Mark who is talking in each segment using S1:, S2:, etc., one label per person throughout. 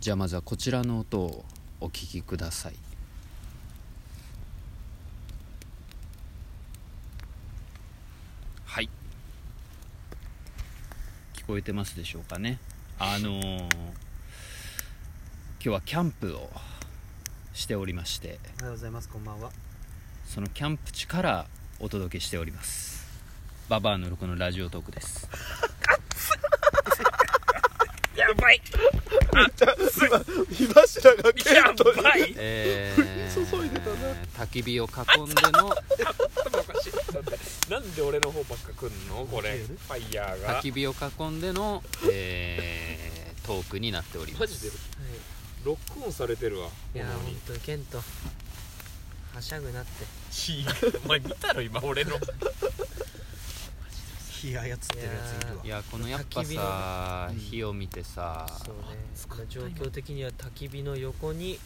S1: じゃあまずはこちらの音をお聞きくださいはい聞こえてますでしょうかねあのー今日はキャンプをしておりまして
S2: おはようございますこんばんは
S1: そのキャンプ地からお届けしておりますババアのるこのラジオトークです
S3: やばい
S2: 火柱がケ
S3: や
S2: ントに
S3: ばい
S1: え
S2: 降り注いでたな
S1: 焚き火を囲んでの
S3: 頭おかしいだってなんで俺の方ばっか来んのこれ
S2: いいよね
S3: ファイヤーが
S1: 焚き火を囲んでの、えー、トークになっておりま
S3: マ
S1: す
S3: ジでロックオンされてるわ
S2: いやー
S3: この
S2: 本
S3: に
S2: 当にケントはしゃぐなって
S3: ちお前見たろ今俺の
S2: 火操ってるやついるわ
S1: いやこのやっぱさ
S2: 焚き火のねうん
S1: 火を見てさ
S2: そうねまあ状況的には焚き火の横に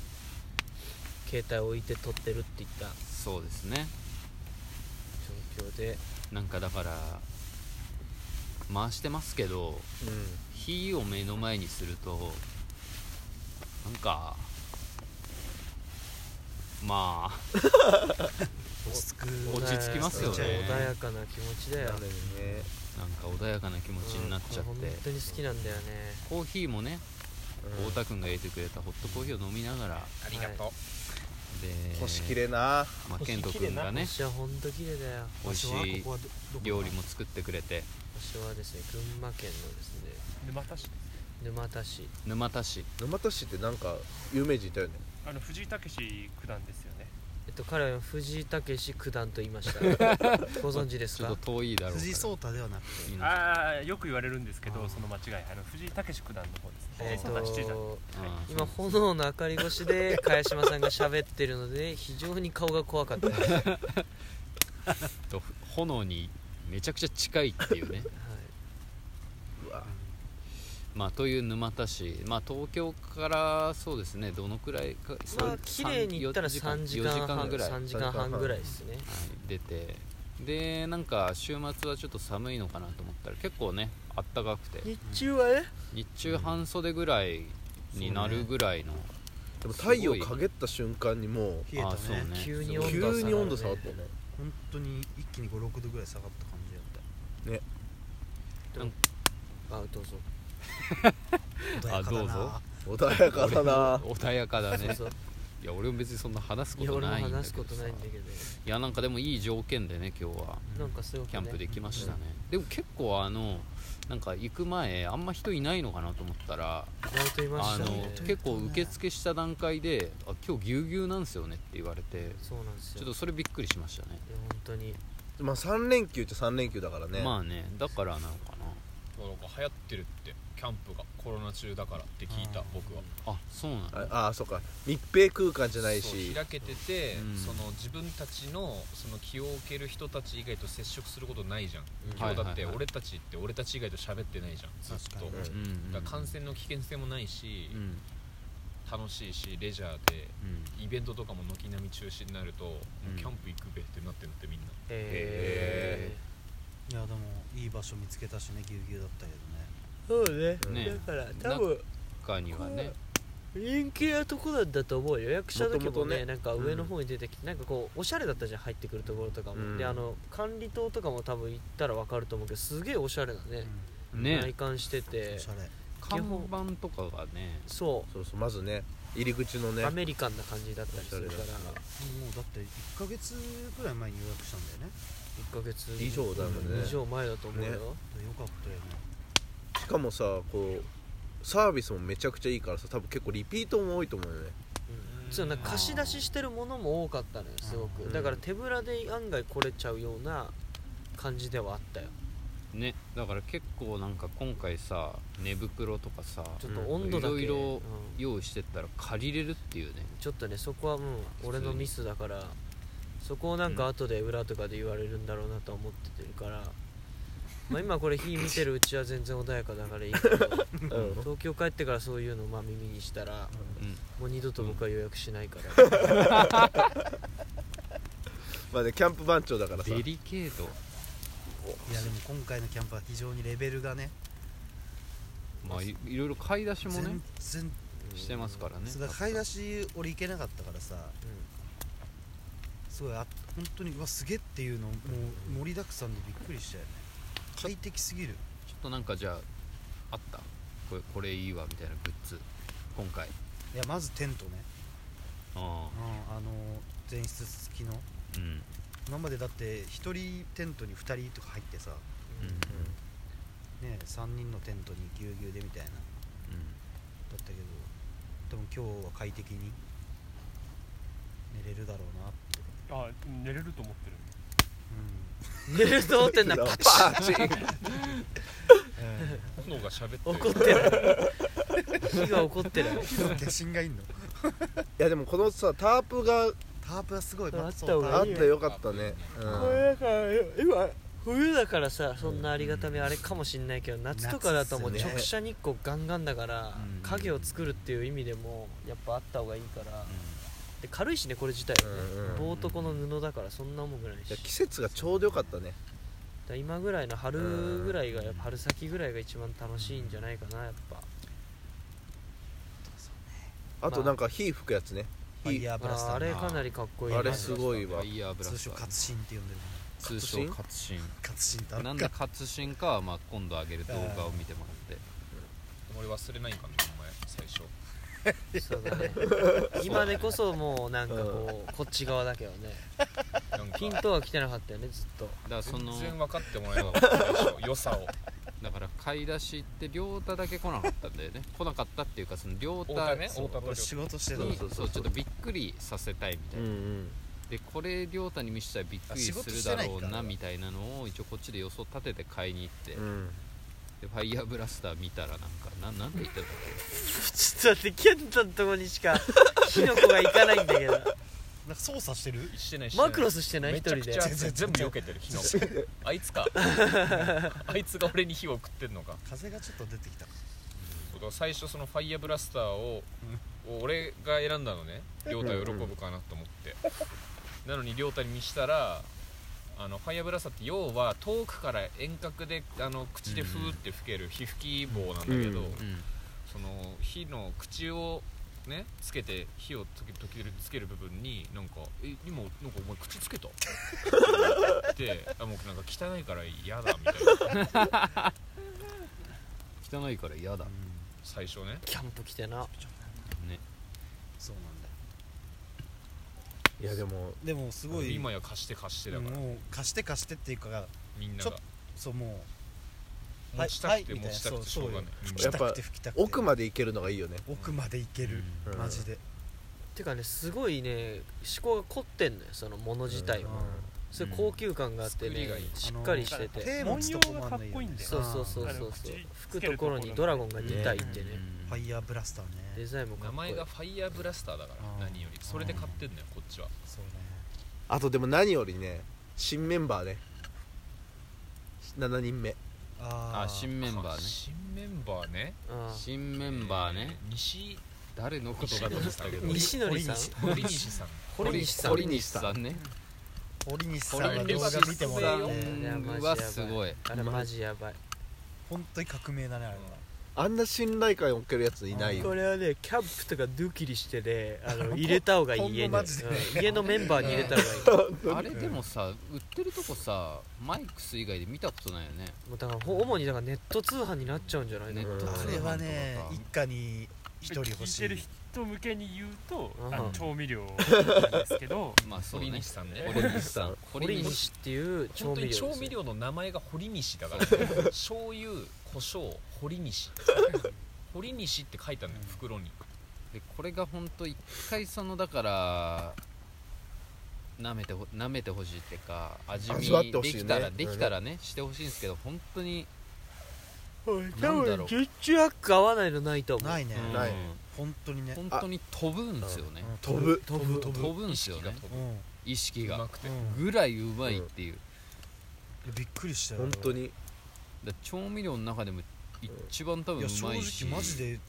S2: 携帯を置いて撮ってるっていった
S1: そうですね
S2: 状況で
S1: なんかだから回してますけど
S2: うん
S1: 火を目の前にするとなんかまあ
S2: 落ち着く
S1: 落ち着きますよね
S2: 穏やかな気持ちだよ
S1: なんか穏やかな気持ちになっちゃっ
S2: うんこ
S1: て
S2: れ本当に好きなんだよね
S1: コーヒーもね
S2: うん
S1: 太田君が入れてくれたホットコーヒーを飲みながら
S3: ありがとう
S1: で
S4: 星切れな
S1: まあ、健人君がね
S2: 星は本当綺麗だよ
S1: 美味しい
S2: 場所はここはどどこ
S1: 料理も作ってくれて
S2: 星はですね群馬県のですね
S5: 沼田市
S2: 沼田市
S1: 沼田市
S4: 沼田市ってなんか有名人いたよね
S5: あの藤井武九段ですよね
S2: えっと彼は藤井武九段と言いました ご存知です
S1: ちょっ
S2: か
S1: と遠いだろうから
S6: 太ではなく
S1: いいな
S5: ああよく言われるんですけ
S2: あー
S5: どその間違いあの藤井武九段の方
S2: え
S5: で
S2: っ
S5: すね藤井七段
S2: と
S1: うん
S2: 今炎の明かり越しで茅島さんが喋ってるので 非常に顔が 怖かったです、はい、
S1: と炎にめちゃくちゃ近いっていうね
S4: うわ
S1: まあという沼田市まあ東京からそうですねどのくらいか
S2: ま
S1: 三
S2: あ綺麗に言ったら3時間
S1: 四
S2: 半
S1: ぐらい、はい
S2: 3時間半ぐらいですね
S1: 出てでなんか週末はちょっと寒いのかなと思ったら結構ねあったかくて
S2: 日中はね
S1: 日中半袖ぐらいになるぐらいの、
S4: でも太陽かげった瞬間にも
S6: 冷えた
S1: あそう
S6: ね
S1: ね
S2: 急に
S4: う
S2: 温度
S4: 急に温度
S2: 下
S4: 下
S2: が
S4: が
S2: る
S4: っ
S2: ね
S4: たよね
S6: 本当に一気に56度ぐらい下がった感じだっ
S2: あどうぞ
S6: たよ
S1: あどうぞ
S4: 穏やかだな
S1: 穏やかだ
S2: どう
S1: ね
S2: ぞ
S1: いや俺も別にそんな話すこ
S2: いや
S1: と
S2: 俺も
S1: ないんだ
S2: 話
S1: け
S2: す
S1: ど
S2: こと
S1: さ
S2: ないんだけど
S1: いやなんかでもいい条件でね今日は
S2: なんかすごく、ね、
S1: キャンプできましたね、でも結構あのなんか行く前あんま人いないのかなと思ったら、
S2: 意外といま
S1: あ
S2: した
S1: の
S2: ね
S1: 結構受付した段階で「あ今日ぎゅうぎゅうなんですよね」って言われて
S2: そうなんです
S1: ちょっ
S2: よ
S1: とそれびっくりしましたね
S2: いや本当に
S4: まあ3連休っちゃ3連休だからね、
S1: まあねだからなのか
S3: なんか流行ってるってキャンプがコロナ中だからって聞いた僕は
S1: なあそうなの
S4: ああそうか密閉空間じゃない
S3: そう
S4: し
S3: 開けてて、
S1: うん
S3: その自分たちのその気を受ける人たち以外と接触することないじゃん、今日だ
S1: はい
S3: っ
S1: はい
S3: て
S1: はい
S3: 俺たちって俺たち以外と喋ってないじゃんずっと、
S6: 確か
S4: に
S3: だ
S1: うんうん
S3: から感染の危険性もないし、
S1: うん
S3: 楽しいしレジャーで
S1: うん
S3: イベントとかも軒並み中止になると、もううんキャンプ行くべってなってるってみんな
S2: え
S6: い
S4: へ
S6: やでもいい場所見つけたしねぎゅうぎゅうだったけどね
S2: そうね
S4: うん
S1: ね
S2: だから多
S1: な
S2: 分
S1: 他にはね
S2: 人気なとこなんだと思うよ予約した時もね
S4: もともとね
S2: なんか上の方に出てきて、なんかこうおしゃれだったじゃん入ってくるところとかも、
S4: うん
S2: であの管理棟とかも多分行ったら分かると思うけどすげえおしゃれだね、内
S1: ね
S2: 観して
S6: うん
S2: て
S6: おしゃれ
S1: 看板とかがね
S2: そ
S4: そうそうまずね入り口の
S2: う、
S4: ね
S2: アメリカンな感じだったりするから
S4: おしゃれ
S6: もうだって1ヶ月ぐらい前に予約したんだよね
S2: 1ヶ月
S4: 以上だもんね
S2: 以上前だと思うよ、
S4: ね
S6: よかったよね
S4: しかもさこうサービスもめちゃくちゃいいからさ多分結構リピートも多いと思うよね
S2: うんそうなんか貸し出ししてるものも多かったのよすご
S4: う
S2: く
S4: ん
S2: だから手ぶらで案外来れちゃうような感じではあったよ
S1: ねだから結構なんか今回さ寝袋とかさ
S2: ちょっと温度だけ、
S1: いろいろ
S2: うん
S1: 用意してったら借りれるっていうね
S2: ちょっとねそこはもう俺のミスだからそこをなんか後で裏とかで言われるんだろうなとは思っててるから、まあ、今これ火見てるうちは全然穏やかだからいいけど
S4: うん
S2: 東京帰ってからそういうのをまあ耳にしたら
S1: うん
S2: もう二度と僕は予約しないから、
S4: まあねキャンプ番長だからさ
S1: デリケート
S6: いやでも今回のキャンプは非常にレベルがね
S1: まあいいろいろ買い出しもね
S6: 全然
S1: してますからね
S6: そうだから買い出し俺行けなかったからさすごいあ本当にうわすげえっていうのもう盛りだくさんでびっくりしたよね快適すぎる
S1: ちょっとなんかじゃああったこれこれいいわみたいなグッズ今回
S6: いやまずテントね、
S1: あ
S6: うん、あの前室付きの
S1: あうん
S6: 今までだって1人テントに2人とか入ってさ
S1: うんうん
S6: ね3人のテントにぎゅうぎゅうでみたいなだったけどでも今日は快適に寝れるだろうなって
S5: あ寝れると思ってる
S2: 寝ると思ってんだ
S4: パチン
S6: うん、え
S3: 炎が喋って
S2: 怒ってる火が怒ってる
S6: ー、化身がいんの
S4: いやでもこのさタープが
S6: タープはすごい
S2: あ
S6: まあ
S2: った方がいい
S4: あってよかったね、
S2: これだから今冬だからさそんなありがたみあれかもしんないけど夏とかだともう
S6: 夏っすね
S2: 直射日光ガンガンだから
S1: うん
S2: 影を作るっていう意味でもやっぱあった方がいいからで軽いしねこれ自体はね
S4: うんうん
S2: 棒とこの布だからそんなもんぐらい
S4: いや
S2: し
S4: 季節がちょうどよかったね
S2: だから今ぐらいの春ぐらいがやっぱ春先ぐらいが一番楽しいんじゃないかなやっぱ
S4: あとなんか火吹くやつね
S6: ファイ
S4: 火
S6: ヤーブラスター
S2: あ
S6: な
S2: あれかなりかっこいい
S4: あ
S2: な
S4: れすごいわ
S1: ファイヤーブラ
S6: 通
S1: ス
S6: 称
S1: ター
S6: 活心って呼んでる
S1: 通
S4: 信
S1: 称活心
S6: 活心ってある
S1: なんで活心かはまあ今度上げる動画を見てもらって
S3: 俺忘れないんかなお前最初
S2: そうだね今でこそもうなんかこうこっち側だけどね
S3: なんか
S2: ピントは来てなかったよねずっと
S1: だからその
S3: 全然分かってもらえなかった最初良さを
S1: だから買い出しって亮太だけ来なかったん だよね来なかったっていうかその亮
S3: 太
S1: 太
S3: ね
S1: そう
S3: 太田と
S6: 俺仕事してた
S1: に
S6: の
S1: そうちょっとびっくりさせたいみた
S4: う
S1: い
S4: ん
S1: な、
S4: うん
S1: でこれ亮太に見せたらびっくり
S6: あ仕
S1: す
S6: 事
S1: る
S6: して
S1: だ
S6: ない
S1: ろう
S6: から
S1: なみたいなのを一応こっちで予想立てて買いに行って、
S4: うん
S1: でファイヤーブラスター見たらなんかななんで言ったんだっ
S2: ちょっと待って健太のとこにしか 火の粉が行かないんだけど
S6: なんか操作してる
S3: してないしてない
S2: マクロスしてない
S3: め
S2: 一
S3: ちゃ
S2: 人
S3: くち
S2: で
S3: ゃ
S6: 一人で
S3: 全部避けてる火の あいつ かあいつが俺に火を食ってんのか
S6: 風がちょっと出てきた
S3: 最初そのファイヤーブラスターをを俺が選んだのね亮太喜ぶかなと思ってなのに亮太に見したらあのファイヤーブラスターって要は遠くから遠隔であの口でふーって吹ける火吹き棒なんだけど、
S4: うん
S1: け、うん、
S3: その火の口をねつけて火をときときつける部分になんか「え今なんかお前口つけた?」ってあもうなんか汚いから嫌だみたいな
S1: 汚いから嫌だ、
S3: 最初ね
S2: キャンプ来てな
S1: ね
S6: そうなんだよ
S4: いやでも
S6: でもすごい
S3: 今や貸して貸してだから、
S6: もう貸して貸してっていうか
S3: みんな
S6: ちょ
S3: が
S6: そうもう
S3: 持ちたくて
S6: み
S3: 持
S6: いな
S3: ちたくてしょうがない
S6: そうそうよ
S3: みん
S6: 吹
S3: な
S4: や
S6: き
S4: ったぱ
S6: くて吹きたくて
S4: 奥まで行けるのがいいよね
S6: 奥まで行ける、
S4: うん
S6: マジで、
S2: てかねすごいね思考が凝ってんのよそのもの自体は、
S6: うん
S2: それ高級感があって
S3: 作
S2: ね
S3: りがいい
S2: しっかりしてて、
S6: 手
S5: 文
S6: 持つ
S5: 様
S6: とこも
S5: が
S6: あ
S5: かっ
S6: んの
S5: こいいんだよ
S2: そうそうそう
S5: あ
S2: そう
S5: の
S2: そう吹
S5: 口
S2: くところにドラゴンが2体いてね
S6: ファイヤーブラスターね
S2: デザインもか
S3: 名
S2: っこい
S3: 前
S2: い
S3: がファイヤーブラスターだか
S6: うん
S3: ら何よりそれで買ってんだよこっちは
S6: そうね
S4: あとでも何よりね新メンバーね7人目
S6: あ
S1: あ
S6: ー
S1: 新メンバーね
S3: 新メンバーね
S2: うん
S1: 新メンバーね
S3: 西
S1: 誰のこと
S3: 西
S1: だと思っ
S3: 野
S1: て
S3: さ
S1: た
S3: ん
S1: けど
S2: 西野さん
S3: 堀西さん
S2: 堀西さん
S1: 堀西さんね
S6: 堀西さんは動画見てもらう
S3: 堀
S2: 西さ
S6: ね
S2: ん
S1: うわすごい
S2: あれマジやばい
S6: 本当に革命だねあれは、
S4: あんな信頼感を受けるやついないよ
S2: これはねキャンプとかドゥキリしてねあの入れた方がいい家に、
S6: ほんまマジで
S2: うん家のメンバーに入れた方がいい
S1: あれでもさ売ってるとこさマイクス以外で見たことないよね
S2: もうだからほ主にだからネット通販になっちゃうんじゃない
S1: ネ
S2: の
S1: ット通販と
S6: あ
S1: か
S6: れはね一家に一人欲し
S5: 聞いてる
S6: い
S5: 人向けに言うと、
S2: うん
S5: あの調味料なんですけど
S1: まあそう
S3: 堀
S1: ね
S3: 西さんね
S1: 堀西さん
S2: 堀西っていう
S3: 本
S2: 調
S3: 当
S2: 味料
S3: に
S2: ですよ
S3: 調味料の名前が堀西だから、ね、醤油胡椒堀西堀西って書いてあるのよ袋に
S1: でこれが本当一回そのだから舐めてほ舐めてほしいってか味
S4: 味わっ
S1: 見
S4: てほし
S1: で
S4: いね
S1: きたら
S4: うん
S1: できたらねしてほしいんですけど本当に
S2: うん
S1: な
S2: 多
S1: んだろ
S2: 分
S1: う
S2: 十中八九合わないのないと思う
S6: ないね、
S1: うん
S4: ない
S6: 本当にね
S1: 本当に飛ぶんですよね
S6: うん
S4: 飛ぶ
S6: 飛ぶ飛ぶ
S1: 飛ぶんですよね
S6: うんうん
S1: 意識
S3: うま
S1: が
S3: くて、
S1: ぐらいうまいっていう
S6: いやびっくりしたよ
S4: 本当に
S1: だから調味料の中でも一番多
S6: い
S1: 分う
S6: や正
S1: まいし
S6: 直マジで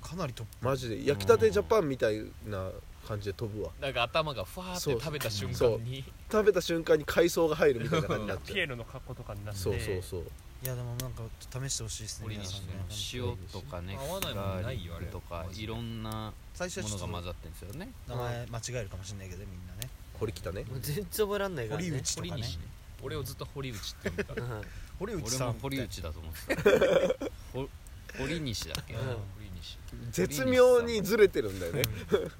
S6: かなりトップ
S4: マジで焼きたてジャパンみたいな感じで飛ぶわ
S3: なんか頭がふわーって
S4: そう
S3: 食べた瞬
S4: そ
S3: 間
S4: う
S3: に
S4: 食べた瞬間に海藻が入るみたいな感じになっ
S5: ピエ
S4: ちゃう
S5: ロの格好とかになって
S4: そうそうそう
S6: いやでもなんかちょっと試してほしいですね
S3: オリジ
S6: 皆
S3: ナル
S6: さんね
S1: 塩とかね
S3: 合わないも
S1: ガ
S3: ん
S1: ー
S3: な
S1: リ
S3: いよあ
S1: ッ
S3: れ
S1: クとか
S3: マジで
S1: いろんな
S6: 最初は
S1: も
S6: ち
S1: の
S6: ょっと
S1: が混
S6: 名
S1: ざってんですよね
S6: 前間違えるかもしれないけどみんなね
S4: 堀北ね
S2: もう全然覚えらんないからね
S6: 堀内と
S3: 堀
S6: かね
S3: 西ね俺をずっと堀内って呼んでた
S2: うん
S6: 堀内
S1: 俺
S6: さん
S1: も
S6: って
S1: 堀内だと思ってたほ堀西だっけ
S3: うん
S2: うん
S3: 堀西
S4: 絶妙にずれてるんだよね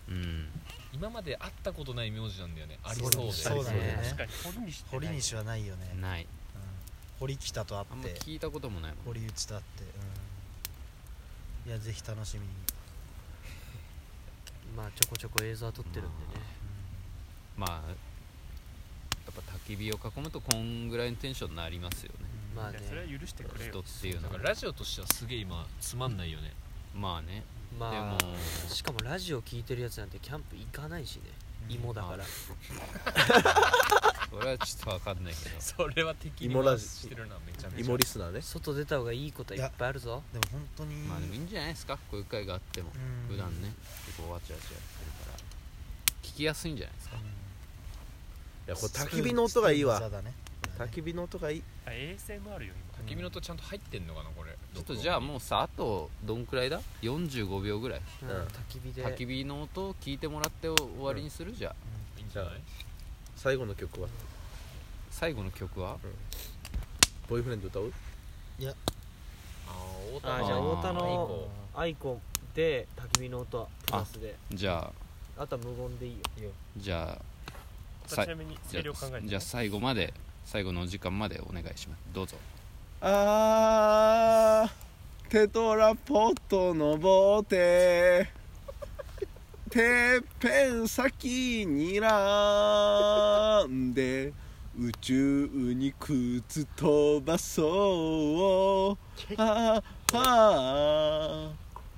S1: うん
S3: 今まで会ったことない名字なんだよねありそうで
S6: そうだ
S1: あり
S5: 確
S6: ね
S5: かに堀西って
S6: 堀西はないよね、うん、
S1: ない
S6: 堀北と会
S1: あん
S6: っ
S1: ま
S6: て
S1: 聞いたこともないもん
S6: 堀内と会って、うん、いやぜひ楽しみに、
S2: まあちょこちょこ映像は撮ってるんでね
S1: まあやっぱ焚き火を囲むとこんぐらいのテンションになりますよね
S6: うん
S2: まあ
S5: いやそれは
S2: ね
S5: 許してくれ
S1: 人
S5: よ
S1: っていう
S3: だ
S1: の
S3: か
S1: は
S3: らラジオとしてはすげえ今つまんないよね
S1: まあねで
S2: ま
S1: も
S2: あしかもラジオ聞いてるやつなんてキャンプ行かないしね芋だから
S1: それはちょっとわかんないけど
S3: それは敵に
S4: 芋ラ
S3: 回
S4: ジ
S3: してるなめちゃめちゃ
S4: 芋リスナー ね
S2: 外出た方がいいことはいっぱいあるぞ
S6: でも本当に、
S1: まあでもいいんじゃないですかこういう会があっても
S6: うん
S1: 普段ね結構わちゃわちゃやってるから聞きやすいんじゃないですか
S6: うん
S4: いやこれ焚き火の音がいい
S6: スプー
S4: わ
S6: ンの座だねこれは
S4: 焚
S6: ね
S4: き火の音がいい
S5: あ ASMR よ今
S3: 焚き火の音ちゃんと入ってんのかなこれ
S1: ちょっとじゃあもうさあとどんくらいだ45秒ぐらい
S2: うん
S4: うん
S2: 焚き火で
S1: 焚き火の音を聞いてもらって終わりにするじゃあ
S3: ういいんじゃない
S4: 最後の曲は
S1: 最後の曲は
S4: ボーイフレンド歌う
S3: ああ太
S2: あ
S3: 田
S2: ーじゃあ
S1: あー
S2: 太田のアイコンで焚き火の音はプラスで
S1: じゃあ
S2: あとは無言でいいよ
S1: じゃあ
S5: ちなみに
S1: じゃ
S5: 声量考え
S1: あ
S5: て
S1: じゃあ最後まで最後のお時間までお願いしますどうぞ
S4: あーテトラポット登 っててっぺん先にらんで宇宙に靴飛ばそうあーあー